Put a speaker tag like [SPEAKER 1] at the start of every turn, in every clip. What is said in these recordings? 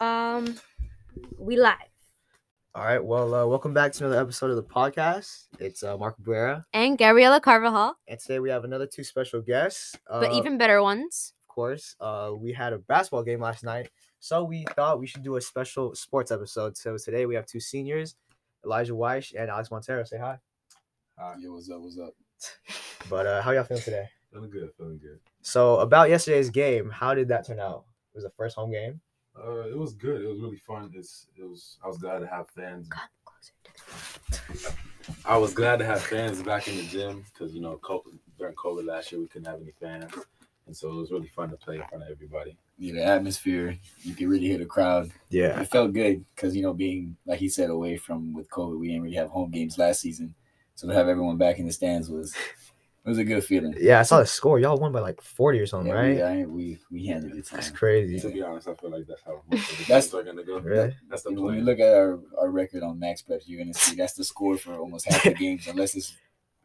[SPEAKER 1] Um, we live.
[SPEAKER 2] All right. Well, uh, welcome back to another episode of the podcast. It's uh, Marco Brera,
[SPEAKER 1] And Gabriela Carvajal,
[SPEAKER 2] and today we have another two special guests. Uh,
[SPEAKER 1] but even better ones.
[SPEAKER 2] of course, uh, we had a basketball game last night, so we thought we should do a special sports episode. So today we have two seniors, Elijah Weish and Alex Montero. Say hi.
[SPEAKER 3] Ah, yo, what's up? What's up?
[SPEAKER 2] But uh, how y'all feeling today?
[SPEAKER 3] Feeling good, feeling good.
[SPEAKER 2] So about yesterday's game, how did that turn out? It was the first home game.
[SPEAKER 3] Uh, it was good. It was really fun. It's, it was. I was glad to have fans.
[SPEAKER 1] Come closer to the-
[SPEAKER 3] I was glad to have fans back in the gym because you know, COVID, during COVID last year, we couldn't have any fans, and so it was really fun to play in front of everybody.
[SPEAKER 4] yeah, the atmosphere. You could really hear the crowd.
[SPEAKER 2] Yeah.
[SPEAKER 4] It felt good because you know, being like he said, away from with COVID, we didn't really have home games last season, so to have everyone back in the stands was it was a good feeling.
[SPEAKER 2] Yeah, I saw the score. Y'all won by like forty or something,
[SPEAKER 4] Yeah,
[SPEAKER 2] right?
[SPEAKER 4] we, I, we we handled it.
[SPEAKER 2] That's
[SPEAKER 4] Time.
[SPEAKER 3] To
[SPEAKER 2] crazy.
[SPEAKER 3] be honest, I feel like that's how most of the
[SPEAKER 4] That's-
[SPEAKER 3] games are gonna go.
[SPEAKER 2] Really?
[SPEAKER 3] That's the
[SPEAKER 4] When you
[SPEAKER 3] plan.
[SPEAKER 4] look at our, our record on Max Prep, you're gonna see that's the score for almost half the games, unless it's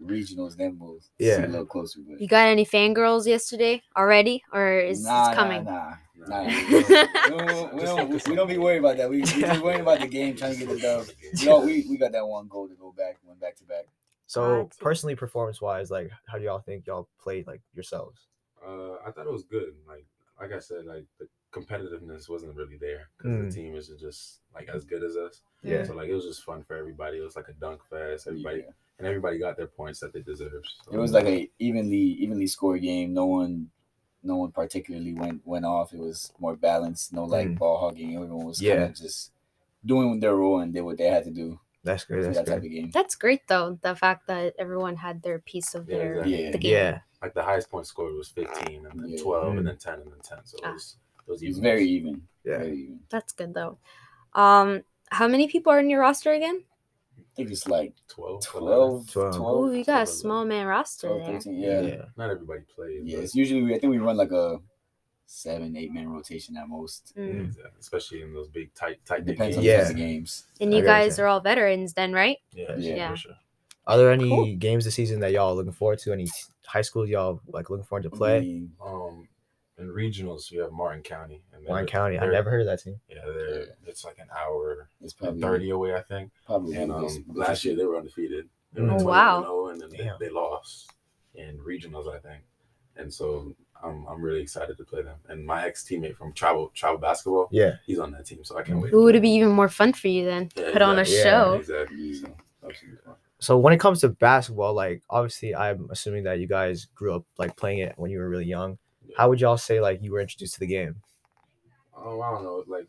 [SPEAKER 4] regionals. Then we'll see
[SPEAKER 2] Yeah.
[SPEAKER 4] a little closer. But
[SPEAKER 1] You got any fangirls yesterday already? Or is
[SPEAKER 4] Nah,
[SPEAKER 1] it's coming?
[SPEAKER 4] Nah, nah, nah.
[SPEAKER 3] Nah.
[SPEAKER 4] we, don't, we, don't, we don't be worried about that. We, we just worrying about the game, trying to get the dub. You know, we, we got that one goal to go back, went back to back.
[SPEAKER 2] So
[SPEAKER 1] God.
[SPEAKER 2] personally, performance-wise, like, how do y'all think y'all played like yourselves?
[SPEAKER 3] Uh, I thought it was good. Like, like I said, like the competitiveness wasn't really there because
[SPEAKER 4] Hmm.
[SPEAKER 2] Mm.
[SPEAKER 3] the team isn't just like as good as us.
[SPEAKER 2] Yeah.
[SPEAKER 3] So like, it was just fun for everybody. It was like a dunk fest. Everybody
[SPEAKER 4] Yeah.
[SPEAKER 3] and everybody got their points that they deserved. so-
[SPEAKER 4] It was like a evenly evenly scored game. No one no one particularly went went off. It was more balanced. No like
[SPEAKER 2] Mm.
[SPEAKER 4] ball hogging. Everyone was
[SPEAKER 2] Yeah.
[SPEAKER 4] kind of just doing their role and did what they had to do
[SPEAKER 2] That's great.
[SPEAKER 4] for
[SPEAKER 2] That's
[SPEAKER 4] that type
[SPEAKER 2] great.
[SPEAKER 4] of game.
[SPEAKER 1] That's great though, the fact that everyone had their piece of
[SPEAKER 3] Yeah,
[SPEAKER 1] their
[SPEAKER 3] exactly.
[SPEAKER 4] Yeah.
[SPEAKER 1] the game.
[SPEAKER 2] Yeah.
[SPEAKER 3] like the highest point scored was 15 and then
[SPEAKER 4] Yeah.
[SPEAKER 3] 12
[SPEAKER 2] Mm.
[SPEAKER 3] and then 10 and then 10 so it
[SPEAKER 1] Ah.
[SPEAKER 3] was, it was
[SPEAKER 4] It was
[SPEAKER 3] even
[SPEAKER 4] very even.
[SPEAKER 2] Yeah.
[SPEAKER 4] Very even.
[SPEAKER 1] That's good though. Um how many people are in your roster again?
[SPEAKER 4] I think it's like
[SPEAKER 3] 12 11.
[SPEAKER 4] 12,
[SPEAKER 2] 12.
[SPEAKER 4] 12,
[SPEAKER 1] Oh, you got a
[SPEAKER 3] so
[SPEAKER 1] small man roster
[SPEAKER 4] 12,
[SPEAKER 1] there.
[SPEAKER 4] 13,
[SPEAKER 2] Yeah.
[SPEAKER 4] yeah.
[SPEAKER 3] not everybody played
[SPEAKER 4] Yeah,
[SPEAKER 3] but-
[SPEAKER 4] it's usually we, I think we run like a seven, eight man rotation at most.
[SPEAKER 1] Mm.
[SPEAKER 3] Exactly. especially in those big tight tight
[SPEAKER 4] It
[SPEAKER 3] knit
[SPEAKER 4] depends on
[SPEAKER 3] games.
[SPEAKER 2] Yeah.
[SPEAKER 4] the type of games.
[SPEAKER 1] And
[SPEAKER 2] I
[SPEAKER 1] you
[SPEAKER 2] get what you're
[SPEAKER 1] guys are all veterans then, right?
[SPEAKER 3] yeah,
[SPEAKER 4] Yeah.
[SPEAKER 3] yeah.
[SPEAKER 1] Yeah.
[SPEAKER 3] for sure
[SPEAKER 2] Are there any
[SPEAKER 1] Cool.
[SPEAKER 2] games this season that y'all looking forward to? Any s- high school y'all like looking forward to
[SPEAKER 4] I
[SPEAKER 2] play?
[SPEAKER 4] mean,
[SPEAKER 3] um in regionals you have martin county and
[SPEAKER 2] Warren
[SPEAKER 3] they're-
[SPEAKER 2] County. I
[SPEAKER 3] they're-
[SPEAKER 2] never heard of that team.
[SPEAKER 3] yeah they're it's like an hour
[SPEAKER 4] it's probably
[SPEAKER 3] and 30 away i think
[SPEAKER 4] Probably
[SPEAKER 3] and
[SPEAKER 4] the
[SPEAKER 3] um
[SPEAKER 4] best-
[SPEAKER 3] last year they were undefeated they were
[SPEAKER 2] Oh,
[SPEAKER 3] 12
[SPEAKER 1] wow.
[SPEAKER 3] and 0, and then
[SPEAKER 2] Damn.
[SPEAKER 3] they, they lost in regionals i think and so I'm, I'm really excited to play them and my ex-teammate from travel travel basketball
[SPEAKER 2] Yeah.
[SPEAKER 3] he's on that team, so I can't wait.
[SPEAKER 1] Ooh, it'd be even more fun for you then.
[SPEAKER 3] Yeah,
[SPEAKER 1] Put on a
[SPEAKER 3] exactly.
[SPEAKER 2] Yeah.
[SPEAKER 1] show.
[SPEAKER 3] Exactly.
[SPEAKER 4] Yeah.
[SPEAKER 3] So, absolutely fun.
[SPEAKER 2] So when it comes to basketball, like obviously I'm assuming that you guys grew up like playing it when you were really young. How would y'all say like you were introduced to the game?
[SPEAKER 3] Oh, I don't know. Like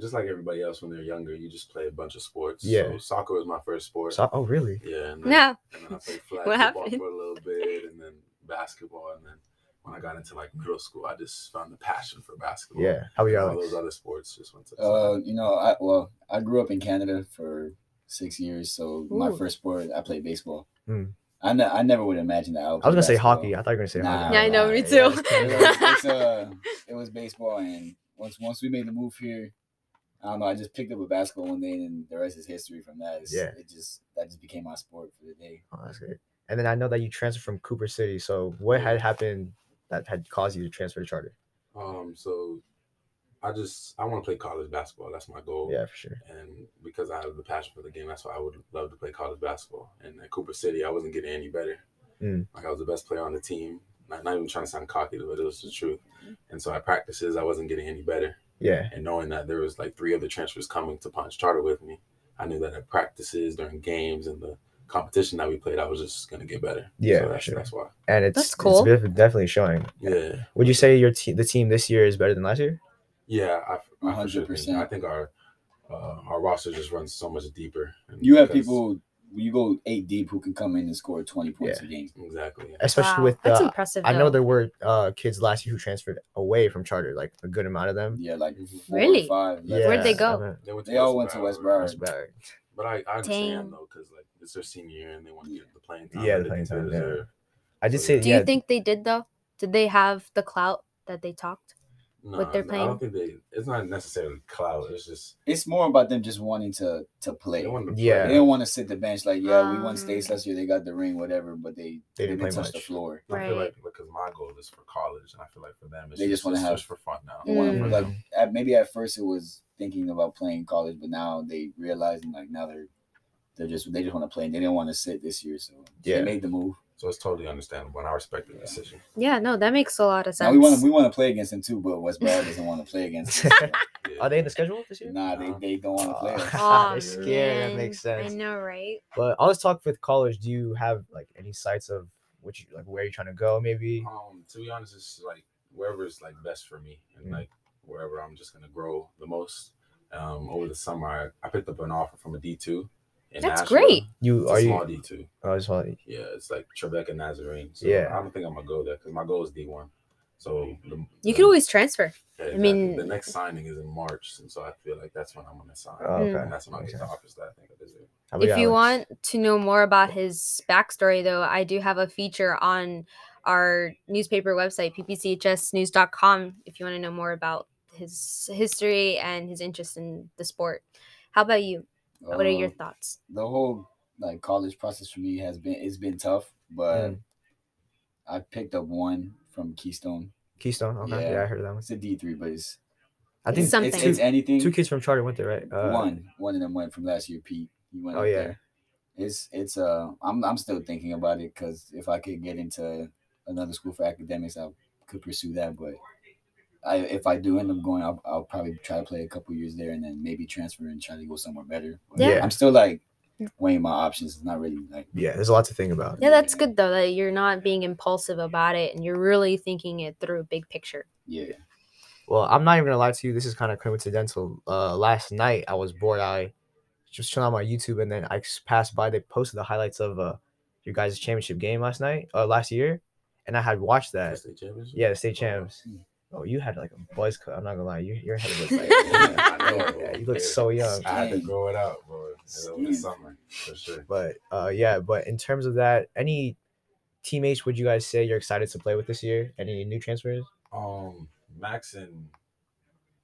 [SPEAKER 3] just like everybody else when they're younger, you just play a bunch of sports.
[SPEAKER 2] Yeah.
[SPEAKER 3] So soccer was my first sport.
[SPEAKER 2] So, oh really?
[SPEAKER 3] yeah. And then,
[SPEAKER 1] No.
[SPEAKER 3] and then I played flag
[SPEAKER 1] What
[SPEAKER 3] football
[SPEAKER 1] happened?
[SPEAKER 3] for a little bit, and then basketball, and then when I got into like middle school, I just found the passion for basketball.
[SPEAKER 2] Yeah. How about
[SPEAKER 3] And
[SPEAKER 2] y'all?
[SPEAKER 3] all those other sports just went to. the
[SPEAKER 4] Uh,
[SPEAKER 3] side.
[SPEAKER 4] you know, I well, I grew up in Canada for six years, so my
[SPEAKER 1] Ooh.
[SPEAKER 4] first sport I played baseball.
[SPEAKER 2] Hmm.
[SPEAKER 4] I ne- I never would imagine that. would
[SPEAKER 2] I was
[SPEAKER 4] play
[SPEAKER 2] gonna say
[SPEAKER 4] basketball.
[SPEAKER 2] hockey. I thought you were gonna say
[SPEAKER 4] Nah,
[SPEAKER 2] hockey.
[SPEAKER 1] Yeah, I know,
[SPEAKER 4] nah,
[SPEAKER 1] me
[SPEAKER 4] yeah,
[SPEAKER 1] too.
[SPEAKER 2] it's
[SPEAKER 4] It was, it's, uh, it was baseball, and once once we made the move here, I don't know. I just picked up a basketball one day, and the rest is history from that. It's,
[SPEAKER 2] Yeah.
[SPEAKER 4] it just that just became my sport for the day.
[SPEAKER 2] Oh, that's great. And then I know that you transferred from Cooper City. So what had happened that had caused you to transfer to Charter?
[SPEAKER 3] Um. So, I just I want to play college basketball. That's my goal.
[SPEAKER 2] Yeah, for sure.
[SPEAKER 3] and because I have the passion for the game, that's why I would love to play college basketball. And at Cooper City, I wasn't getting any better.
[SPEAKER 2] Mm.
[SPEAKER 3] Like I was the best player on the team. Not, not even trying to sound cocky, but it was the truth. And so at practices, I wasn't getting any better.
[SPEAKER 2] Yeah.
[SPEAKER 3] And knowing that there was like three other transfers coming to Punch Charter with me, I knew that at practices, during games, and the competition that we played, I was just gonna get better.
[SPEAKER 2] Yeah,
[SPEAKER 3] so that's,
[SPEAKER 2] sure.
[SPEAKER 3] that's why.
[SPEAKER 2] And it's
[SPEAKER 1] That's
[SPEAKER 2] it's
[SPEAKER 1] cool.
[SPEAKER 2] def- definitely showing.
[SPEAKER 3] Yeah,
[SPEAKER 2] Would you say your te- the team this year is better than last year?
[SPEAKER 3] yeah, I, I for sure think-
[SPEAKER 4] 100%.
[SPEAKER 3] I think our uh, our roster just runs so much deeper. And
[SPEAKER 4] You have
[SPEAKER 3] because-
[SPEAKER 4] people you go eight deep who can come in and score twenty points a game.
[SPEAKER 3] exactly. yeah.
[SPEAKER 2] Especially
[SPEAKER 1] Wow,
[SPEAKER 2] with
[SPEAKER 1] that's
[SPEAKER 2] uh,
[SPEAKER 1] impressive.
[SPEAKER 2] I know
[SPEAKER 1] though.
[SPEAKER 2] there were uh, kids last year who transferred away from Charter, like a good amount of them.
[SPEAKER 4] Yeah, like
[SPEAKER 3] Mhm.
[SPEAKER 4] four or
[SPEAKER 1] Really?
[SPEAKER 4] five.
[SPEAKER 2] Yeah.
[SPEAKER 1] Where'd they
[SPEAKER 2] I
[SPEAKER 1] go?
[SPEAKER 2] meant-
[SPEAKER 3] They, went
[SPEAKER 4] They all went to West Broward.
[SPEAKER 2] that's bad.
[SPEAKER 3] But I, I
[SPEAKER 1] Dang.
[SPEAKER 3] understand though, because like it's their senior year and they want to get the playing time.
[SPEAKER 2] Yeah,
[SPEAKER 3] that
[SPEAKER 2] the
[SPEAKER 3] they
[SPEAKER 2] playing
[SPEAKER 3] think they
[SPEAKER 2] time, yeah.
[SPEAKER 3] deserve.
[SPEAKER 2] I did
[SPEAKER 3] So,
[SPEAKER 2] say,
[SPEAKER 3] yeah.
[SPEAKER 1] Do
[SPEAKER 2] yeah,
[SPEAKER 1] you think they did though? Did they have the clout that they talked?
[SPEAKER 3] No,
[SPEAKER 1] What they're
[SPEAKER 3] I
[SPEAKER 1] playing?
[SPEAKER 3] don't think they. It's not necessarily clout. It's just
[SPEAKER 4] It's more about them just wanting to to play.
[SPEAKER 3] they
[SPEAKER 4] They,
[SPEAKER 3] want to.
[SPEAKER 2] Yeah.
[SPEAKER 3] play.
[SPEAKER 4] don't want to sit the bench like, yeah, we won
[SPEAKER 1] Um,
[SPEAKER 4] states last year. They got the ring, whatever, but they
[SPEAKER 2] They didn't play
[SPEAKER 4] touch the
[SPEAKER 2] much.
[SPEAKER 4] floor.
[SPEAKER 3] I
[SPEAKER 1] Right.
[SPEAKER 3] feel like because my goal is for college, and I feel like for them, it's
[SPEAKER 4] They just wanna
[SPEAKER 3] it's
[SPEAKER 4] have-
[SPEAKER 3] for fun now.
[SPEAKER 4] They wanna
[SPEAKER 1] Mm.
[SPEAKER 4] play, like at, maybe at first it was thinking about playing college, but now they realizing like now they're they're just they just want to play and they didn't want to sit this year, so
[SPEAKER 2] Yeah.
[SPEAKER 4] they made the move.
[SPEAKER 3] So it's totally understandable, and I respect the decision.
[SPEAKER 1] Yeah, no, that makes a lot of sense.
[SPEAKER 4] Now we want to we want to play against them too, but West Brad doesn't want to play against. Them,
[SPEAKER 3] Yeah.
[SPEAKER 2] Are they in the schedule this year?
[SPEAKER 4] nah, they, they don't want to play. us.
[SPEAKER 2] Ah,
[SPEAKER 1] Aw,
[SPEAKER 2] they're scared. That
[SPEAKER 1] man.
[SPEAKER 2] makes
[SPEAKER 1] I
[SPEAKER 2] sense.
[SPEAKER 1] know, right?
[SPEAKER 2] But all this talk with college, do you have like any sights of what you like where you're trying to go? Maybe.
[SPEAKER 3] Um, to be honest, it's like wherever's like best for me, and
[SPEAKER 2] Mm.
[SPEAKER 3] like wherever I'm just gonna grow the most. Um, over the summer, I, I picked up an offer from a D two.
[SPEAKER 1] That's great.
[SPEAKER 2] You
[SPEAKER 3] It's
[SPEAKER 2] are
[SPEAKER 3] a
[SPEAKER 2] you? oh,
[SPEAKER 3] small D two.
[SPEAKER 2] I just want.
[SPEAKER 3] Yeah, it's like Tribeca Nazarene. So
[SPEAKER 2] Yeah.
[SPEAKER 3] I don't think I'm gonna go there because my goal is D one. So the,
[SPEAKER 1] You could always transfer.
[SPEAKER 3] Yeah, exactly.
[SPEAKER 1] mean-
[SPEAKER 3] the next signing is in March, and so I feel like that's when I'm gonna sign.
[SPEAKER 2] Oh, okay.
[SPEAKER 3] And that's when I'll get the
[SPEAKER 2] Okay.
[SPEAKER 3] offers that I think I deserve.
[SPEAKER 2] How about
[SPEAKER 1] If you
[SPEAKER 2] Alex?
[SPEAKER 1] want to know more about his backstory, though, I do have a feature on our newspaper website, ppchsnews.com, if you want to know more about his history and his interest in the sport. How about you? What are your
[SPEAKER 4] Um,
[SPEAKER 1] thoughts?
[SPEAKER 4] the whole like college process for me has been it's been tough, but
[SPEAKER 2] Mm.
[SPEAKER 4] I picked up one from Keystone.
[SPEAKER 2] Keystone. Okay. Yeah.
[SPEAKER 4] Yeah.
[SPEAKER 2] I heard of that one.
[SPEAKER 4] It's a D three, but it's
[SPEAKER 2] I
[SPEAKER 1] It's
[SPEAKER 2] think
[SPEAKER 1] something.
[SPEAKER 4] it's, it's anything.
[SPEAKER 2] two kids from Charter went there, right? Uh,
[SPEAKER 4] one, one of them went from last year. Pete, he went.
[SPEAKER 2] Oh,
[SPEAKER 4] up
[SPEAKER 2] yeah.
[SPEAKER 4] there. It's it's uh I'm I'm still thinking about it because if I could get into another school for academics, I could pursue that. But I if I do end up going, I'll, I'll probably try to play a couple years there and then maybe transfer and try to go somewhere better. But
[SPEAKER 1] Yeah.
[SPEAKER 4] I'm still like weighing my options. It's not really like
[SPEAKER 2] Yeah. There's a lot to think about.
[SPEAKER 1] Yeah, that's good, though, that you're not being impulsive about it and you're really thinking it through big picture.
[SPEAKER 4] yeah.
[SPEAKER 2] Well, I'm not even gonna lie to you. This is kind of coincidental. Uh, last night I was bored. I just chilling on my YouTube, and then I s- passed by. They posted the highlights of uh your guys' championship game last night, uh, last year, and I had watched that.
[SPEAKER 3] State championship?
[SPEAKER 2] Uh, Yeah, the state champs.
[SPEAKER 4] Mm.
[SPEAKER 2] Oh, you had like a buzz cut. I'm not gonna lie, you, you're ahead of us. Like,
[SPEAKER 3] Like, yeah, I know,
[SPEAKER 2] yeah,
[SPEAKER 3] bro.
[SPEAKER 2] you look so young.
[SPEAKER 3] I had to
[SPEAKER 4] Dang.
[SPEAKER 3] grow it out, bro. It's over the
[SPEAKER 4] Skin.
[SPEAKER 3] summer for sure.
[SPEAKER 2] But uh, yeah, but in terms of that, any teammates would you guys say you're excited to play with this year? Any new transfers?
[SPEAKER 3] Um, Max and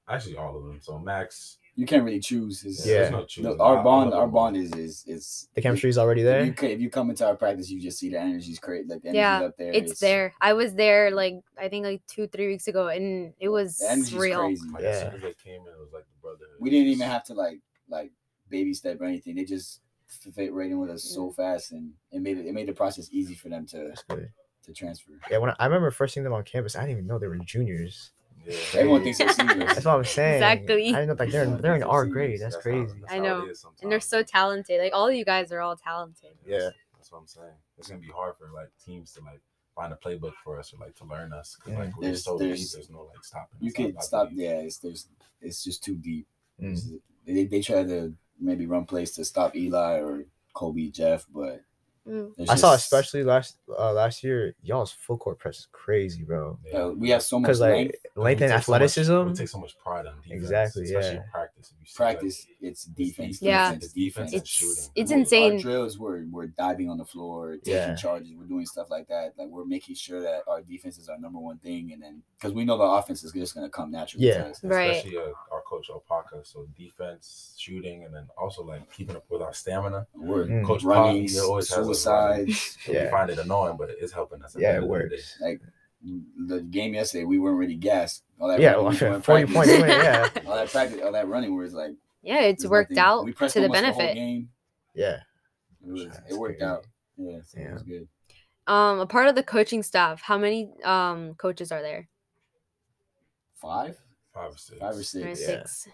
[SPEAKER 3] actually all of them. So Max,
[SPEAKER 4] You can't really choose. It's,
[SPEAKER 3] yeah, there's
[SPEAKER 2] Yeah.
[SPEAKER 3] no
[SPEAKER 4] the-
[SPEAKER 3] choosing. I- I
[SPEAKER 4] our bond,
[SPEAKER 3] love
[SPEAKER 4] our
[SPEAKER 3] them
[SPEAKER 4] bond is is is
[SPEAKER 2] The chemistry's already
[SPEAKER 4] If you,
[SPEAKER 2] there.
[SPEAKER 4] co- if you come into our practice, you just see the energy's great. Like the energy's
[SPEAKER 1] Yeah,
[SPEAKER 4] up there.
[SPEAKER 1] It's there. I was there like, I think like two, three weeks ago, and it was
[SPEAKER 4] The energy's
[SPEAKER 1] real.
[SPEAKER 4] crazy.
[SPEAKER 3] all. Like, as
[SPEAKER 2] Yeah.
[SPEAKER 3] soon as they came in, it was like the brotherhood.
[SPEAKER 4] We didn't even have to like like baby step or anything. They just f- fit right in with
[SPEAKER 1] Mm.
[SPEAKER 4] us so fast, and it made it, it made the process easy for them to
[SPEAKER 2] That's good.
[SPEAKER 4] to transfer.
[SPEAKER 2] Yeah, when I, I remember first seeing them on campus, I didn't even know they were juniors.
[SPEAKER 3] Yeah.
[SPEAKER 4] Everyone thinks they're seniors.
[SPEAKER 2] That's what I'm saying.
[SPEAKER 1] Exactly.
[SPEAKER 2] I didn't know like they're in, they're in our grade. That's
[SPEAKER 3] how-
[SPEAKER 2] crazy.
[SPEAKER 3] that's
[SPEAKER 1] I
[SPEAKER 3] how
[SPEAKER 1] know.
[SPEAKER 3] it is
[SPEAKER 1] And they're so
[SPEAKER 3] sometimes.
[SPEAKER 1] talented. Like, all of you guys are all talented.
[SPEAKER 2] Yeah.
[SPEAKER 3] that's what I'm saying. It's gonna be hard for like teams to like find a playbook for us or like to learn us. 'cause,
[SPEAKER 2] Yeah.
[SPEAKER 3] like we're
[SPEAKER 4] There's-
[SPEAKER 3] just so
[SPEAKER 4] there's-
[SPEAKER 3] deep. There's no like stopping.
[SPEAKER 4] You
[SPEAKER 3] us. I'm
[SPEAKER 4] could
[SPEAKER 3] about to
[SPEAKER 4] stop.
[SPEAKER 3] leave.
[SPEAKER 4] Yeah, it's there's it's just too deep.
[SPEAKER 2] Mm.
[SPEAKER 4] It's- They they try to maybe run plays to stop Eli or Kobe Jeff, but
[SPEAKER 1] Mm.
[SPEAKER 4] there's
[SPEAKER 2] I saw
[SPEAKER 4] just-
[SPEAKER 2] especially last uh, last year, y'all's full court press is crazy, bro.
[SPEAKER 3] Yeah.
[SPEAKER 4] uh, we have so much
[SPEAKER 2] Because
[SPEAKER 4] length.
[SPEAKER 2] like length
[SPEAKER 3] We
[SPEAKER 2] and
[SPEAKER 3] take so much-
[SPEAKER 2] athleticism.
[SPEAKER 3] we take so much pride on defense,
[SPEAKER 2] Exactly,
[SPEAKER 3] Especially
[SPEAKER 2] yeah.
[SPEAKER 3] in practice. If you see,
[SPEAKER 4] practice.
[SPEAKER 3] like,
[SPEAKER 4] It's defense.
[SPEAKER 1] Yeah.
[SPEAKER 4] defense,
[SPEAKER 3] It's defense and
[SPEAKER 1] It's
[SPEAKER 3] shooting.
[SPEAKER 1] it's
[SPEAKER 4] Our
[SPEAKER 1] insane.
[SPEAKER 4] drills we're we're diving on the floor, taking
[SPEAKER 2] Yeah.
[SPEAKER 4] charges, we're doing stuff like that. Like we're making sure that our defense is our number one thing, and then because we know the offense is just gonna come naturally.
[SPEAKER 2] Yeah.
[SPEAKER 4] To us.
[SPEAKER 1] Right.
[SPEAKER 3] Especially uh, our coach Opaka. So defense, shooting, and then also like keeping up with our stamina.
[SPEAKER 4] We're
[SPEAKER 2] Mm.
[SPEAKER 3] Coach
[SPEAKER 4] Hmm. running,
[SPEAKER 3] Pops, he always has us running.
[SPEAKER 4] suicides.
[SPEAKER 3] We
[SPEAKER 2] Yeah,
[SPEAKER 3] find it annoying, but it's helping us. at the
[SPEAKER 2] yeah,
[SPEAKER 3] end
[SPEAKER 2] it
[SPEAKER 3] of the day.
[SPEAKER 2] works.
[SPEAKER 4] the game yesterday, we weren't really gassed. All that
[SPEAKER 2] Yeah,
[SPEAKER 4] running
[SPEAKER 2] well,
[SPEAKER 4] we do in
[SPEAKER 2] forty
[SPEAKER 4] practice-
[SPEAKER 2] points. win, Yeah,
[SPEAKER 4] All that practice, all that running was like
[SPEAKER 1] Yeah, it's
[SPEAKER 4] there's
[SPEAKER 1] worked
[SPEAKER 4] nothing.
[SPEAKER 1] out
[SPEAKER 4] We pressed
[SPEAKER 1] to the
[SPEAKER 4] almost whole
[SPEAKER 1] benefit.
[SPEAKER 4] game.
[SPEAKER 2] yeah.
[SPEAKER 4] It, was,
[SPEAKER 2] That's
[SPEAKER 4] it worked
[SPEAKER 2] crazy.
[SPEAKER 4] out. Yeah, so it was good.
[SPEAKER 1] um, a part of the coaching staff. How many um coaches are there?
[SPEAKER 4] Five,
[SPEAKER 3] Five or six.
[SPEAKER 4] five or
[SPEAKER 1] There are
[SPEAKER 4] six.
[SPEAKER 2] Yeah.
[SPEAKER 1] six.